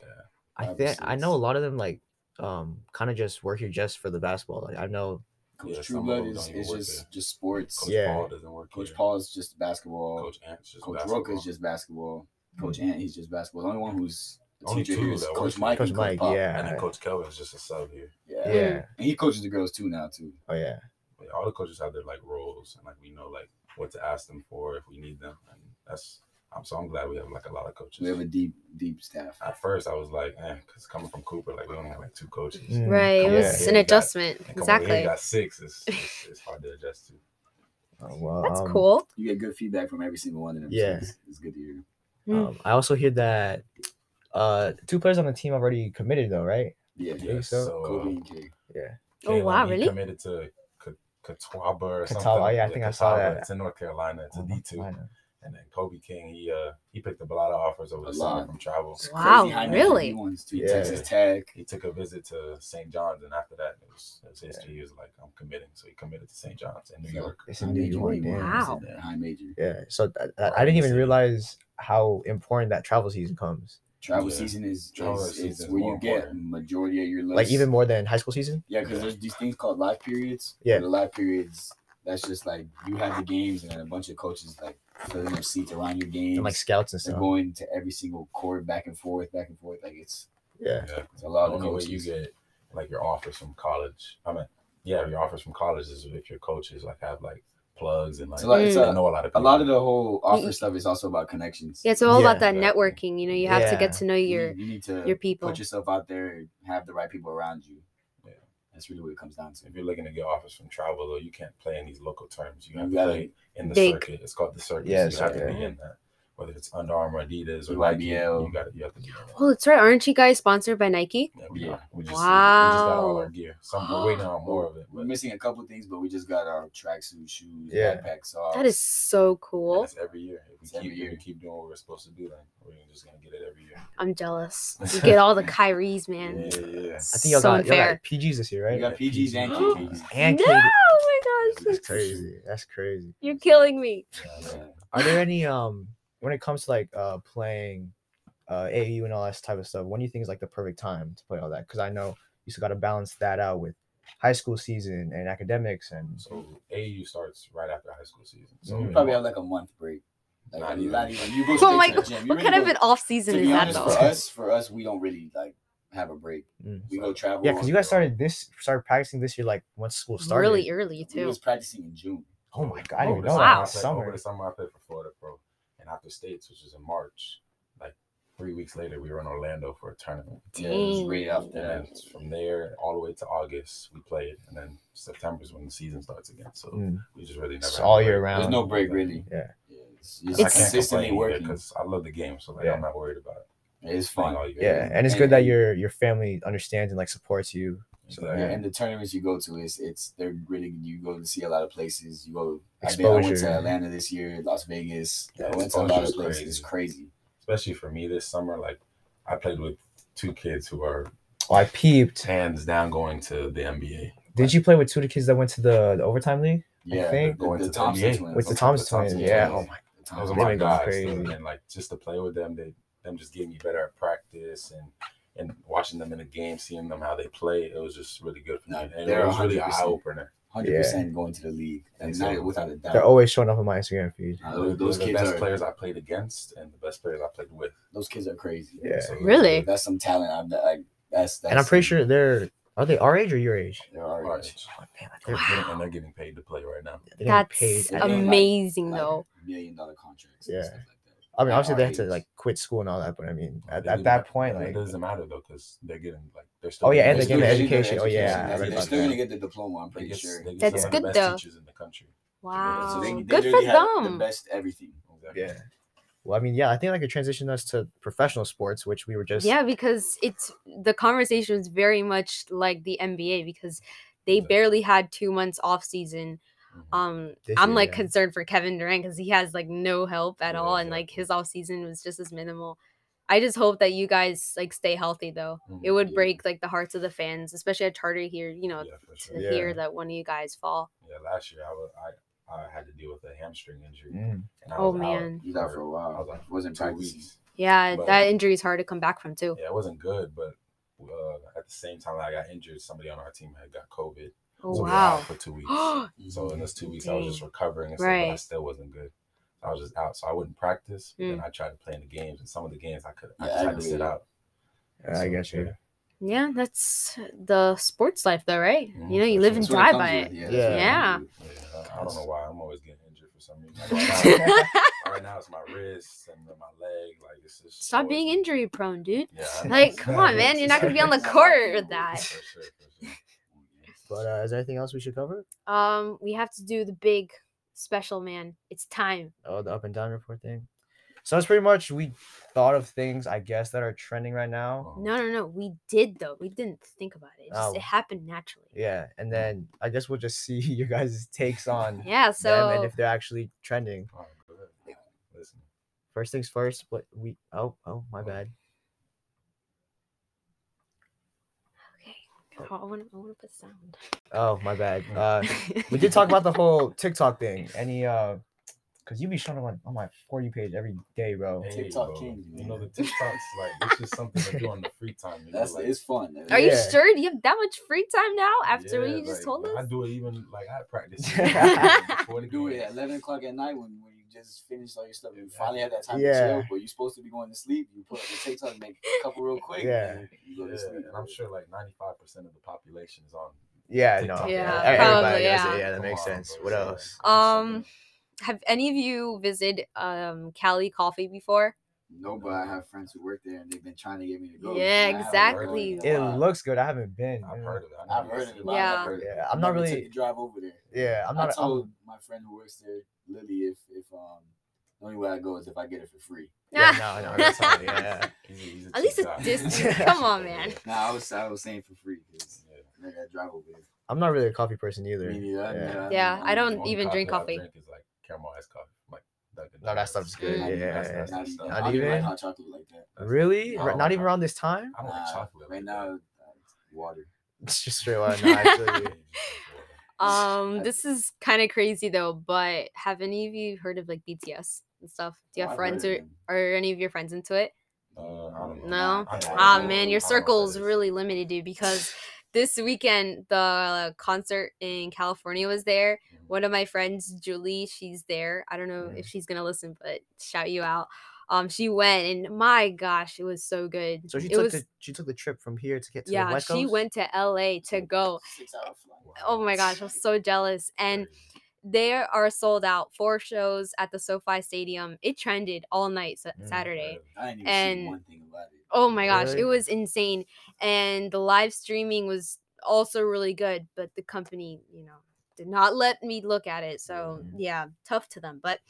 [SPEAKER 2] I
[SPEAKER 4] Five or
[SPEAKER 2] think I know a
[SPEAKER 4] six.
[SPEAKER 2] lot of them like um kind of just work here just for the basketball. Like I know
[SPEAKER 4] Coach
[SPEAKER 3] Yeah, some of
[SPEAKER 4] Trueblood
[SPEAKER 3] them
[SPEAKER 4] is,
[SPEAKER 3] don't even
[SPEAKER 4] is
[SPEAKER 3] work
[SPEAKER 4] just
[SPEAKER 3] there.
[SPEAKER 4] just sports.
[SPEAKER 3] Coach
[SPEAKER 4] Coach,
[SPEAKER 2] Yeah.
[SPEAKER 3] Paul doesn't work. here.
[SPEAKER 4] Paul is just basketball.
[SPEAKER 3] Coach Ant's just
[SPEAKER 4] Coach
[SPEAKER 3] basketball. Hmm.
[SPEAKER 4] Rook is just basketball. Coach Ant, he's just basketball. The only one who's a
[SPEAKER 3] Only
[SPEAKER 4] teacher
[SPEAKER 3] two
[SPEAKER 4] here is
[SPEAKER 3] that work
[SPEAKER 4] Coach
[SPEAKER 3] here.
[SPEAKER 4] Mike.
[SPEAKER 2] Coach
[SPEAKER 4] and
[SPEAKER 2] Mike,
[SPEAKER 4] Pop.
[SPEAKER 3] and
[SPEAKER 2] yeah,
[SPEAKER 3] then Coach Kelvin is just a sub here.
[SPEAKER 4] yeah,
[SPEAKER 2] yeah,
[SPEAKER 4] And he coaches the girls too now too.
[SPEAKER 2] oh yeah,
[SPEAKER 3] Like, all the coaches have their like roles, and like we know like what to ask them for if we need them, and that's. I'm so I'm glad we have like a lot of coaches.
[SPEAKER 4] We have a deep, deep staff.
[SPEAKER 3] At first, I was like, eh, because coming from Cooper, like we only had like two coaches.
[SPEAKER 2] Mm.
[SPEAKER 1] Right. It
[SPEAKER 3] Come
[SPEAKER 1] was
[SPEAKER 2] over
[SPEAKER 1] an
[SPEAKER 2] here,
[SPEAKER 3] you got-
[SPEAKER 1] adjustment.
[SPEAKER 3] And come over here,
[SPEAKER 1] Exactly.
[SPEAKER 3] you got six. It's, it's, it's hard to adjust to.
[SPEAKER 2] Oh, well,
[SPEAKER 1] That's
[SPEAKER 2] um,
[SPEAKER 1] cool.
[SPEAKER 4] You get good feedback from every single one of them. so
[SPEAKER 2] Yeah.
[SPEAKER 4] it's, it's good to hear.
[SPEAKER 1] Mm.
[SPEAKER 2] Um, I also hear that uh, two players on the team already committed though, right?
[SPEAKER 4] Yeah,
[SPEAKER 2] think
[SPEAKER 3] Yes,
[SPEAKER 2] so?
[SPEAKER 3] so, uh,
[SPEAKER 4] Kobe and Jay.
[SPEAKER 2] Yeah.
[SPEAKER 1] Oh,
[SPEAKER 3] Caleb,
[SPEAKER 1] wow,
[SPEAKER 3] he
[SPEAKER 1] really?
[SPEAKER 3] Committed to Ca- Catawba or something.
[SPEAKER 2] Catawba, yeah, I think I saw
[SPEAKER 3] Catawba.
[SPEAKER 2] that. Mm-hmm.
[SPEAKER 3] It's in North Carolina. It's a D two,
[SPEAKER 2] I know.
[SPEAKER 3] and then Kobe King. He uh he picked up a lot of offers over
[SPEAKER 4] A
[SPEAKER 3] the summer
[SPEAKER 4] lot.
[SPEAKER 3] from travel.
[SPEAKER 4] It's
[SPEAKER 1] Wow,
[SPEAKER 4] crazy how many
[SPEAKER 1] really?
[SPEAKER 4] he wants to
[SPEAKER 2] Yeah.
[SPEAKER 4] Texas Tech.
[SPEAKER 3] He took a visit to St. John's, and after that, it was, it was history. He was like, "I'm committing," so he committed to St. John's in New
[SPEAKER 4] So-
[SPEAKER 3] York.
[SPEAKER 2] It's
[SPEAKER 4] High
[SPEAKER 2] in New
[SPEAKER 4] major
[SPEAKER 2] York.
[SPEAKER 4] he
[SPEAKER 2] damn.
[SPEAKER 4] wants,
[SPEAKER 1] Wow.
[SPEAKER 4] yeah, High major.
[SPEAKER 2] Yeah. So th- th- I
[SPEAKER 3] Let
[SPEAKER 2] didn't
[SPEAKER 3] me
[SPEAKER 2] even
[SPEAKER 3] see.
[SPEAKER 2] realize how important that travel season comes.
[SPEAKER 4] Travel
[SPEAKER 3] Yeah.
[SPEAKER 4] season is,
[SPEAKER 3] Travel
[SPEAKER 4] is,
[SPEAKER 3] season
[SPEAKER 4] is
[SPEAKER 3] is
[SPEAKER 4] where
[SPEAKER 3] more
[SPEAKER 4] you get
[SPEAKER 3] important.
[SPEAKER 4] majority of your list.
[SPEAKER 2] Like even more than high school season.
[SPEAKER 4] yeah, because there's these things called live periods.
[SPEAKER 2] Yeah.
[SPEAKER 4] the live periods. That's just like you have the games and then a bunch of coaches like filling up seats around your games.
[SPEAKER 2] And like scouts and
[SPEAKER 4] they're
[SPEAKER 2] stuff.
[SPEAKER 4] going to every single court back and forth, back and forth. Like it's,
[SPEAKER 2] Yeah.
[SPEAKER 3] Yeah.
[SPEAKER 4] it's a lot
[SPEAKER 3] the
[SPEAKER 4] of
[SPEAKER 3] only way
[SPEAKER 4] coaches.
[SPEAKER 3] you get like your offers from college. I mean, yeah, your offers from college is if your coaches like have like plugs and like
[SPEAKER 4] It's a lot-
[SPEAKER 1] it's
[SPEAKER 3] they
[SPEAKER 4] a-
[SPEAKER 3] know a lot
[SPEAKER 4] a
[SPEAKER 3] of people.
[SPEAKER 4] lot of the whole offer
[SPEAKER 1] You-
[SPEAKER 4] stuff is also about connections.
[SPEAKER 1] Yeah, it's all about
[SPEAKER 2] Yeah.
[SPEAKER 1] that networking. You know, you have to
[SPEAKER 2] Yeah.
[SPEAKER 1] get to know
[SPEAKER 4] You
[SPEAKER 1] your
[SPEAKER 4] need- you need to
[SPEAKER 1] your people.
[SPEAKER 4] put yourself out there and have the right people around you.
[SPEAKER 3] Yeah.
[SPEAKER 4] That's really what it comes down to.
[SPEAKER 3] if you're looking to get offers from travel, though, you can't play in these local terms. You have
[SPEAKER 4] You
[SPEAKER 3] to
[SPEAKER 4] gotta
[SPEAKER 3] play in the
[SPEAKER 1] dig.
[SPEAKER 3] circuit. It's called the circuit.
[SPEAKER 2] Yeah,
[SPEAKER 3] so you have to
[SPEAKER 2] circuit.
[SPEAKER 3] be in that. Whether it's Under Armour, Adidas, or Nike,
[SPEAKER 4] YBL.
[SPEAKER 3] you got to you have to be in that.
[SPEAKER 1] Oh, that's right. Aren't you guys sponsored by Nike?
[SPEAKER 3] Yeah, we,
[SPEAKER 4] Yeah.
[SPEAKER 3] Are. we just we just got all
[SPEAKER 1] Wow.
[SPEAKER 3] our gear. Some we're waiting on more of it,
[SPEAKER 4] We're
[SPEAKER 3] but
[SPEAKER 4] missing a couple things, but we just got our tracksuit shoes,
[SPEAKER 2] Yeah.
[SPEAKER 4] backpack socks.
[SPEAKER 1] That is so
[SPEAKER 3] and
[SPEAKER 1] cool.
[SPEAKER 3] it's every year. If we
[SPEAKER 4] It's
[SPEAKER 3] keep
[SPEAKER 4] every
[SPEAKER 3] if
[SPEAKER 4] year.
[SPEAKER 3] we keep doing what we're supposed to do, then we're just gonna get it every year.
[SPEAKER 1] I'm jealous. You get all the Kyries, man.
[SPEAKER 3] Yeah, yeah.
[SPEAKER 2] I think
[SPEAKER 1] so
[SPEAKER 2] y'all got, y'all
[SPEAKER 1] unfair.
[SPEAKER 2] got PGs this year,
[SPEAKER 4] We
[SPEAKER 2] right?
[SPEAKER 4] got PGs and
[SPEAKER 3] PGs.
[SPEAKER 4] KPs.
[SPEAKER 2] And
[SPEAKER 1] no,
[SPEAKER 2] KD.
[SPEAKER 1] oh my gosh,
[SPEAKER 3] That's
[SPEAKER 2] That's crazy. That's crazy.
[SPEAKER 1] you're killing me.
[SPEAKER 3] Yeah, I know.
[SPEAKER 2] Are there any um when it comes to like uh playing uh AU and all that type of stuff, when do you think is like the perfect time to play all that? Because I know you still gotta balance that out with high school season and academics and
[SPEAKER 3] So AU starts right after high school season. So
[SPEAKER 2] Mhm.
[SPEAKER 4] You probably have like a month break. Like,
[SPEAKER 3] Not
[SPEAKER 4] not
[SPEAKER 3] even.
[SPEAKER 4] even. You go straight
[SPEAKER 1] Oh my
[SPEAKER 4] to the
[SPEAKER 1] god,
[SPEAKER 4] gym. You
[SPEAKER 1] what
[SPEAKER 4] really
[SPEAKER 1] kind of
[SPEAKER 4] go-
[SPEAKER 1] an off season
[SPEAKER 4] to
[SPEAKER 1] is
[SPEAKER 4] be
[SPEAKER 1] that
[SPEAKER 4] honest,
[SPEAKER 1] though?
[SPEAKER 4] for us, for us, we don't really like have a break.
[SPEAKER 2] Mm.
[SPEAKER 4] We go travel.
[SPEAKER 2] yeah, because you
[SPEAKER 4] on-
[SPEAKER 2] guys started this started practicing this year like once school started.
[SPEAKER 1] Really early
[SPEAKER 4] We
[SPEAKER 1] too.
[SPEAKER 4] was practicing in June.
[SPEAKER 2] Oh my god, I
[SPEAKER 3] Over
[SPEAKER 2] didn't
[SPEAKER 3] the
[SPEAKER 2] know that
[SPEAKER 3] summer,
[SPEAKER 1] Wow.
[SPEAKER 3] I
[SPEAKER 2] was
[SPEAKER 3] played-
[SPEAKER 2] summer.
[SPEAKER 3] Over the summer, I played for Florida Pro, and after states, which was in March, like three weeks later, we were in Orlando for a tournament.
[SPEAKER 4] Yeah, it was
[SPEAKER 1] Dang.
[SPEAKER 4] right after
[SPEAKER 3] And
[SPEAKER 4] that.
[SPEAKER 3] then from there all the way to August, we played, and then September is when the season starts again. So
[SPEAKER 2] Mm.
[SPEAKER 3] we just really never.
[SPEAKER 2] It's
[SPEAKER 3] had a
[SPEAKER 2] all year
[SPEAKER 3] break.
[SPEAKER 2] round.
[SPEAKER 4] There's no break really.
[SPEAKER 2] Yeah.
[SPEAKER 4] Yeah, it's, it's
[SPEAKER 1] It's-
[SPEAKER 4] consistently working.
[SPEAKER 3] because I love the game, so like
[SPEAKER 2] Yeah.
[SPEAKER 3] I'm not worried about it.
[SPEAKER 4] It's
[SPEAKER 3] Playing
[SPEAKER 4] fun.
[SPEAKER 3] all year.
[SPEAKER 2] Yeah. And it's good that your your family understands and like supports you. So
[SPEAKER 3] So,
[SPEAKER 2] that-
[SPEAKER 4] Yeah,
[SPEAKER 3] yeah.
[SPEAKER 4] and the tournaments you go to is it's they're really you go to see a lot of places. You go I've been- I went
[SPEAKER 2] Exposure.
[SPEAKER 4] to Atlanta this year, Las Vegas.
[SPEAKER 3] Yeah,
[SPEAKER 4] I went to a lot
[SPEAKER 3] exposure's
[SPEAKER 4] of places. It's crazy.
[SPEAKER 3] Especially for me this summer, like I played with two kids who are
[SPEAKER 2] Oh, I peeped.
[SPEAKER 3] hands down going to the NBA.
[SPEAKER 2] Did you play with two of the kids that went to the, the overtime league?
[SPEAKER 4] Yeah,
[SPEAKER 2] think
[SPEAKER 4] the,
[SPEAKER 3] going
[SPEAKER 4] the
[SPEAKER 3] to the
[SPEAKER 4] Thompson
[SPEAKER 3] NBA.
[SPEAKER 4] twins.
[SPEAKER 2] With the
[SPEAKER 3] Okay,
[SPEAKER 2] Thomas
[SPEAKER 3] the
[SPEAKER 2] twins.
[SPEAKER 3] Thompson
[SPEAKER 2] Yeah. Oh
[SPEAKER 3] twins.
[SPEAKER 2] my
[SPEAKER 4] The
[SPEAKER 3] Those are
[SPEAKER 2] They
[SPEAKER 4] Thompson-
[SPEAKER 2] make
[SPEAKER 3] my
[SPEAKER 2] us
[SPEAKER 3] guys,
[SPEAKER 2] crazy.
[SPEAKER 3] dude, and like just to play with them, they them just getting me better at practice and and watching them in the game, seeing them how they play, it was just really good for me.
[SPEAKER 4] No,
[SPEAKER 3] And it
[SPEAKER 4] they're
[SPEAKER 3] was really
[SPEAKER 4] 100%.
[SPEAKER 3] eye opener.
[SPEAKER 4] hundred percent going to the league, and
[SPEAKER 3] Exactly.
[SPEAKER 4] not without a doubt.
[SPEAKER 2] They're always showing up on my Instagram feed.
[SPEAKER 4] Nah, those, those
[SPEAKER 3] the
[SPEAKER 4] kids
[SPEAKER 3] best
[SPEAKER 4] are
[SPEAKER 3] players I played against and the best players I played with.
[SPEAKER 4] those kids are crazy.
[SPEAKER 2] Yeah.
[SPEAKER 3] So it was
[SPEAKER 1] Really?
[SPEAKER 4] that's some talent. I'm not- like that's, that's
[SPEAKER 2] and I'm pretty sure they're are they our age or your age?
[SPEAKER 4] they're our
[SPEAKER 3] March.
[SPEAKER 4] age.
[SPEAKER 2] Oh, damn, like,
[SPEAKER 3] They're
[SPEAKER 2] they're,
[SPEAKER 3] getting, and they're getting paid to play right now.
[SPEAKER 2] they're getting
[SPEAKER 1] That's
[SPEAKER 2] paid.
[SPEAKER 4] I
[SPEAKER 2] at-
[SPEAKER 4] think, like-
[SPEAKER 1] amazing
[SPEAKER 4] Like,
[SPEAKER 1] though.
[SPEAKER 4] million dollar contracts.
[SPEAKER 2] Yeah.
[SPEAKER 4] and stuff like that.
[SPEAKER 2] I mean, obviously
[SPEAKER 4] our
[SPEAKER 2] they have to
[SPEAKER 4] age.
[SPEAKER 2] like quit school and all that, but I mean, at,
[SPEAKER 3] It
[SPEAKER 2] at
[SPEAKER 3] doesn't
[SPEAKER 2] that
[SPEAKER 3] matter.
[SPEAKER 2] point,
[SPEAKER 3] it
[SPEAKER 2] like,
[SPEAKER 3] doesn't matter though because they're getting like they're still.
[SPEAKER 2] Oh, yeah,
[SPEAKER 3] getting
[SPEAKER 2] and
[SPEAKER 4] They're
[SPEAKER 2] they
[SPEAKER 4] still
[SPEAKER 2] get the
[SPEAKER 4] getting their
[SPEAKER 2] education. Oh, yeah, I
[SPEAKER 4] They're,
[SPEAKER 2] read
[SPEAKER 4] they're
[SPEAKER 2] about
[SPEAKER 4] still
[SPEAKER 2] that.
[SPEAKER 4] gonna get the diploma. I'm
[SPEAKER 3] They
[SPEAKER 4] pretty
[SPEAKER 3] get,
[SPEAKER 4] sure.
[SPEAKER 3] they get
[SPEAKER 1] That's
[SPEAKER 3] some of the
[SPEAKER 1] good,
[SPEAKER 3] best
[SPEAKER 1] though.
[SPEAKER 3] Teachers in the country.
[SPEAKER 1] Wow.
[SPEAKER 4] So they, they
[SPEAKER 1] Good for
[SPEAKER 4] literally have
[SPEAKER 1] them.
[SPEAKER 4] The best everything.
[SPEAKER 3] Exactly.
[SPEAKER 2] yeah. Well, I mean, yeah, I think like it transitioned us to professional sports, which we were just
[SPEAKER 1] Yeah, because it's the conversation was very much like the NBA because they
[SPEAKER 3] Exactly.
[SPEAKER 1] barely had two months off season.
[SPEAKER 3] Mhm.
[SPEAKER 1] Um,
[SPEAKER 2] This
[SPEAKER 1] I'm
[SPEAKER 2] year,
[SPEAKER 1] like
[SPEAKER 2] yeah.
[SPEAKER 1] concerned for Kevin Durant because he has like no help at
[SPEAKER 3] Yeah,
[SPEAKER 1] all, and like
[SPEAKER 3] exactly.
[SPEAKER 1] his off season was just as minimal. I just hope that you guys like stay healthy though. It
[SPEAKER 3] Mhm.
[SPEAKER 1] would
[SPEAKER 4] yeah.
[SPEAKER 1] break like the hearts of the fans, especially at Charter here. You know,
[SPEAKER 3] Yeah, for sure.
[SPEAKER 1] to
[SPEAKER 2] Yeah.
[SPEAKER 1] hear that one of you guys fall.
[SPEAKER 3] Yeah, last year I, was, I I had to deal with a hamstring injury.
[SPEAKER 2] Mm.
[SPEAKER 3] And I
[SPEAKER 1] Oh,
[SPEAKER 3] was out
[SPEAKER 1] man.
[SPEAKER 4] He's out for a
[SPEAKER 3] I was
[SPEAKER 4] while.
[SPEAKER 3] out for
[SPEAKER 4] Wasn't
[SPEAKER 3] two
[SPEAKER 4] practicing.
[SPEAKER 3] weeks.
[SPEAKER 1] Yeah,
[SPEAKER 3] But-
[SPEAKER 1] that injury is hard to come back from too.
[SPEAKER 3] Yeah, it wasn't good, but uh, at the same time I got injured, somebody on our team had got COVID.
[SPEAKER 1] Oh
[SPEAKER 3] so we were
[SPEAKER 1] wow.
[SPEAKER 3] out for two weeks. so in those two weeks I was just
[SPEAKER 1] Dang.
[SPEAKER 3] recovering and stuff, but I
[SPEAKER 1] Right.
[SPEAKER 3] still wasn't good. I was just out, so I wouldn't practice. But Then
[SPEAKER 1] Mm.
[SPEAKER 3] I tried to play in the games, and some of the games I could, I
[SPEAKER 4] Yeah,
[SPEAKER 3] just
[SPEAKER 4] I
[SPEAKER 3] had to sit
[SPEAKER 4] really-
[SPEAKER 3] out.
[SPEAKER 2] Yeah, I
[SPEAKER 3] So,
[SPEAKER 2] guess you.
[SPEAKER 3] yeah.
[SPEAKER 1] yeah, that's the sports life though, right?
[SPEAKER 3] Mhm,
[SPEAKER 1] You know, you
[SPEAKER 3] for
[SPEAKER 1] live
[SPEAKER 3] sure.
[SPEAKER 1] and
[SPEAKER 4] That's
[SPEAKER 1] die
[SPEAKER 4] what
[SPEAKER 1] by
[SPEAKER 4] it comes
[SPEAKER 1] it.
[SPEAKER 4] with,
[SPEAKER 2] Yeah.
[SPEAKER 1] Yeah.
[SPEAKER 3] Yeah, I- I don't know why I'm always getting injured for some reason. Right now,
[SPEAKER 2] Yeah.
[SPEAKER 3] right now it's my wrist and then my leg. Like it's just
[SPEAKER 1] Stop
[SPEAKER 3] always-
[SPEAKER 1] being injury prone, dude.
[SPEAKER 3] Yeah, I know.
[SPEAKER 1] Like,
[SPEAKER 3] It's
[SPEAKER 1] come
[SPEAKER 3] not-
[SPEAKER 1] on, man. You're not going to be on the
[SPEAKER 4] It's not
[SPEAKER 1] court with
[SPEAKER 4] helpful.
[SPEAKER 1] that.
[SPEAKER 3] For sure, for sure.
[SPEAKER 2] But uh, is there anything else we should cover?
[SPEAKER 1] Um, we have to do the big special, man. It's time.
[SPEAKER 2] Oh, the up and down report thing. So that's pretty much we thought of things I guess that are trending right now.
[SPEAKER 3] Oh.
[SPEAKER 1] No, no, no. We did though. We didn't think about it. It, just,
[SPEAKER 2] Oh.
[SPEAKER 1] it happened naturally. Yeah.
[SPEAKER 2] Yeah, and then I guess we'll just see your guys' takes on them and
[SPEAKER 1] so
[SPEAKER 2] if they're actually trending.
[SPEAKER 3] Oh, good. Listen.
[SPEAKER 2] First things first, what we oh oh my bad.
[SPEAKER 1] okay. I want to. I want to put sound.
[SPEAKER 2] Oh my bad.
[SPEAKER 3] Mm.
[SPEAKER 2] Uh we did talk about the whole TikTok thing. Any uh cause you be showing up on, on my for you page every day, bro.
[SPEAKER 3] Hey,
[SPEAKER 4] TikTok
[SPEAKER 3] bro,
[SPEAKER 4] king,
[SPEAKER 3] You know the
[SPEAKER 4] man.
[SPEAKER 3] TikToks like it's just something to do on the free time. You know,
[SPEAKER 4] That's
[SPEAKER 3] like,
[SPEAKER 4] it's fun.
[SPEAKER 1] Are you
[SPEAKER 2] Yeah.
[SPEAKER 1] sure you have that much free time now after what
[SPEAKER 3] yeah,
[SPEAKER 1] you just
[SPEAKER 3] like,
[SPEAKER 1] told us?
[SPEAKER 3] I do it even like I practice.
[SPEAKER 1] Yeah.
[SPEAKER 3] before the
[SPEAKER 4] You do it
[SPEAKER 3] game.
[SPEAKER 4] at eleven o'clock at night when, when you just finished all your stuff and you finally had that time
[SPEAKER 2] Yeah.
[SPEAKER 4] to chill, but you're supposed to be going to sleep. You put up the TikTok, make a couple real quick,
[SPEAKER 2] Yeah.
[SPEAKER 4] and you go
[SPEAKER 3] Yeah,
[SPEAKER 4] to sleep.
[SPEAKER 3] and I'm sure like 95 percent of the population is on.
[SPEAKER 2] Yeah, no.
[SPEAKER 3] TikTok.
[SPEAKER 1] Yeah, probably,
[SPEAKER 2] e- everybody does
[SPEAKER 1] yeah.
[SPEAKER 2] it. Yeah, that
[SPEAKER 3] Come
[SPEAKER 2] makes
[SPEAKER 3] on,
[SPEAKER 2] sense.
[SPEAKER 3] bro,
[SPEAKER 2] What
[SPEAKER 3] so, like,
[SPEAKER 2] else?
[SPEAKER 3] come on,
[SPEAKER 1] Um,
[SPEAKER 3] something.
[SPEAKER 1] have any of you visited um Cali Coffee before?
[SPEAKER 4] No, but I have friends who work there and they've been trying to get me to go.
[SPEAKER 1] Yeah,
[SPEAKER 4] and I haven't heard
[SPEAKER 1] exactly.
[SPEAKER 4] in a
[SPEAKER 2] It
[SPEAKER 4] while.
[SPEAKER 2] looks good. I haven't been.
[SPEAKER 3] I've
[SPEAKER 2] yeah.
[SPEAKER 3] heard of it. I
[SPEAKER 4] I've
[SPEAKER 3] never
[SPEAKER 4] heard
[SPEAKER 3] seen
[SPEAKER 4] it.
[SPEAKER 3] it.
[SPEAKER 4] a lot, I've
[SPEAKER 1] Yeah.
[SPEAKER 4] heard it.
[SPEAKER 2] Yeah, I'm not
[SPEAKER 4] Never took
[SPEAKER 2] really-
[SPEAKER 4] the drive over there.
[SPEAKER 2] Yeah, I'm
[SPEAKER 4] i
[SPEAKER 2] not. I'm-
[SPEAKER 4] told my friend who works there, Lily, if if um the only way I go is if I get it for free.
[SPEAKER 2] yeah, no, no, that's not, yeah.
[SPEAKER 3] He's a- he's
[SPEAKER 1] At least
[SPEAKER 3] cheap
[SPEAKER 1] it's
[SPEAKER 3] guy.
[SPEAKER 1] distant. Come on, man.
[SPEAKER 3] Yeah.
[SPEAKER 4] Nah, I was I was saying for free because
[SPEAKER 3] Yeah.
[SPEAKER 4] I got drive over there.
[SPEAKER 2] I'm not really a coffee person either.
[SPEAKER 4] Me neither, I-
[SPEAKER 2] Yeah.
[SPEAKER 4] I-
[SPEAKER 1] Yeah, I
[SPEAKER 3] The
[SPEAKER 1] don't
[SPEAKER 3] only
[SPEAKER 1] even drink
[SPEAKER 3] I
[SPEAKER 1] coffee.
[SPEAKER 3] drink is like caramel iced coffee. Like Dunkin'
[SPEAKER 2] No, that
[SPEAKER 3] Donuts.
[SPEAKER 2] stuff's
[SPEAKER 1] good,
[SPEAKER 4] Not
[SPEAKER 2] yeah,
[SPEAKER 4] even- that's-
[SPEAKER 2] yeah,
[SPEAKER 4] that's
[SPEAKER 3] yeah.
[SPEAKER 4] Not even-
[SPEAKER 2] Not
[SPEAKER 4] I don't even like
[SPEAKER 2] even?
[SPEAKER 4] hot chocolate like that.
[SPEAKER 3] That's-
[SPEAKER 2] Really?
[SPEAKER 3] No,
[SPEAKER 2] Right- not even
[SPEAKER 3] I-
[SPEAKER 2] around this time?
[SPEAKER 3] I don't like
[SPEAKER 4] Nah,
[SPEAKER 3] chocolate.
[SPEAKER 4] Uh, Right
[SPEAKER 3] like that.
[SPEAKER 4] now, uh, water.
[SPEAKER 2] It's just straight water. No, actually.
[SPEAKER 1] Um,
[SPEAKER 4] I-
[SPEAKER 1] this is kind of crazy though. But have any of you heard of like BTS and stuff? Do you
[SPEAKER 4] Oh,
[SPEAKER 1] have
[SPEAKER 4] I've heard
[SPEAKER 1] friends
[SPEAKER 4] of
[SPEAKER 1] or
[SPEAKER 4] them.
[SPEAKER 1] are any of your friends into it?
[SPEAKER 3] Uh, I don't know.
[SPEAKER 1] No.
[SPEAKER 3] I don't
[SPEAKER 1] Ah
[SPEAKER 3] know.
[SPEAKER 1] man,
[SPEAKER 3] I
[SPEAKER 1] your
[SPEAKER 3] don't know what
[SPEAKER 1] circle's
[SPEAKER 3] that is.
[SPEAKER 1] really limited, dude. Because this weekend the uh, concert in California was there.
[SPEAKER 3] Mhm.
[SPEAKER 1] One of my friends, Julie, she's there. I don't know
[SPEAKER 2] Mhm.
[SPEAKER 1] if she's gonna listen, but shout you out. Um, she went, and my gosh, it was so good.
[SPEAKER 2] So she
[SPEAKER 1] it
[SPEAKER 2] took
[SPEAKER 1] was,
[SPEAKER 2] the she took the trip from here to get to the
[SPEAKER 1] yeah,
[SPEAKER 2] West
[SPEAKER 1] she
[SPEAKER 2] Coast?
[SPEAKER 1] went to LA to go.
[SPEAKER 4] Six hour flight.
[SPEAKER 1] Oh my gosh, I'm so jealous. And they are sold out. Four shows at the SoFi Stadium. It trended all night sa-
[SPEAKER 2] Mm,
[SPEAKER 1] Saturday.
[SPEAKER 4] I didn't even
[SPEAKER 1] And-
[SPEAKER 4] see one thing about it.
[SPEAKER 1] Oh my gosh,
[SPEAKER 2] Really?
[SPEAKER 1] it was insane. And the live streaming was also really good, but the company, you know, did not let me look at it. So,
[SPEAKER 2] Mm.
[SPEAKER 1] yeah, tough to them, but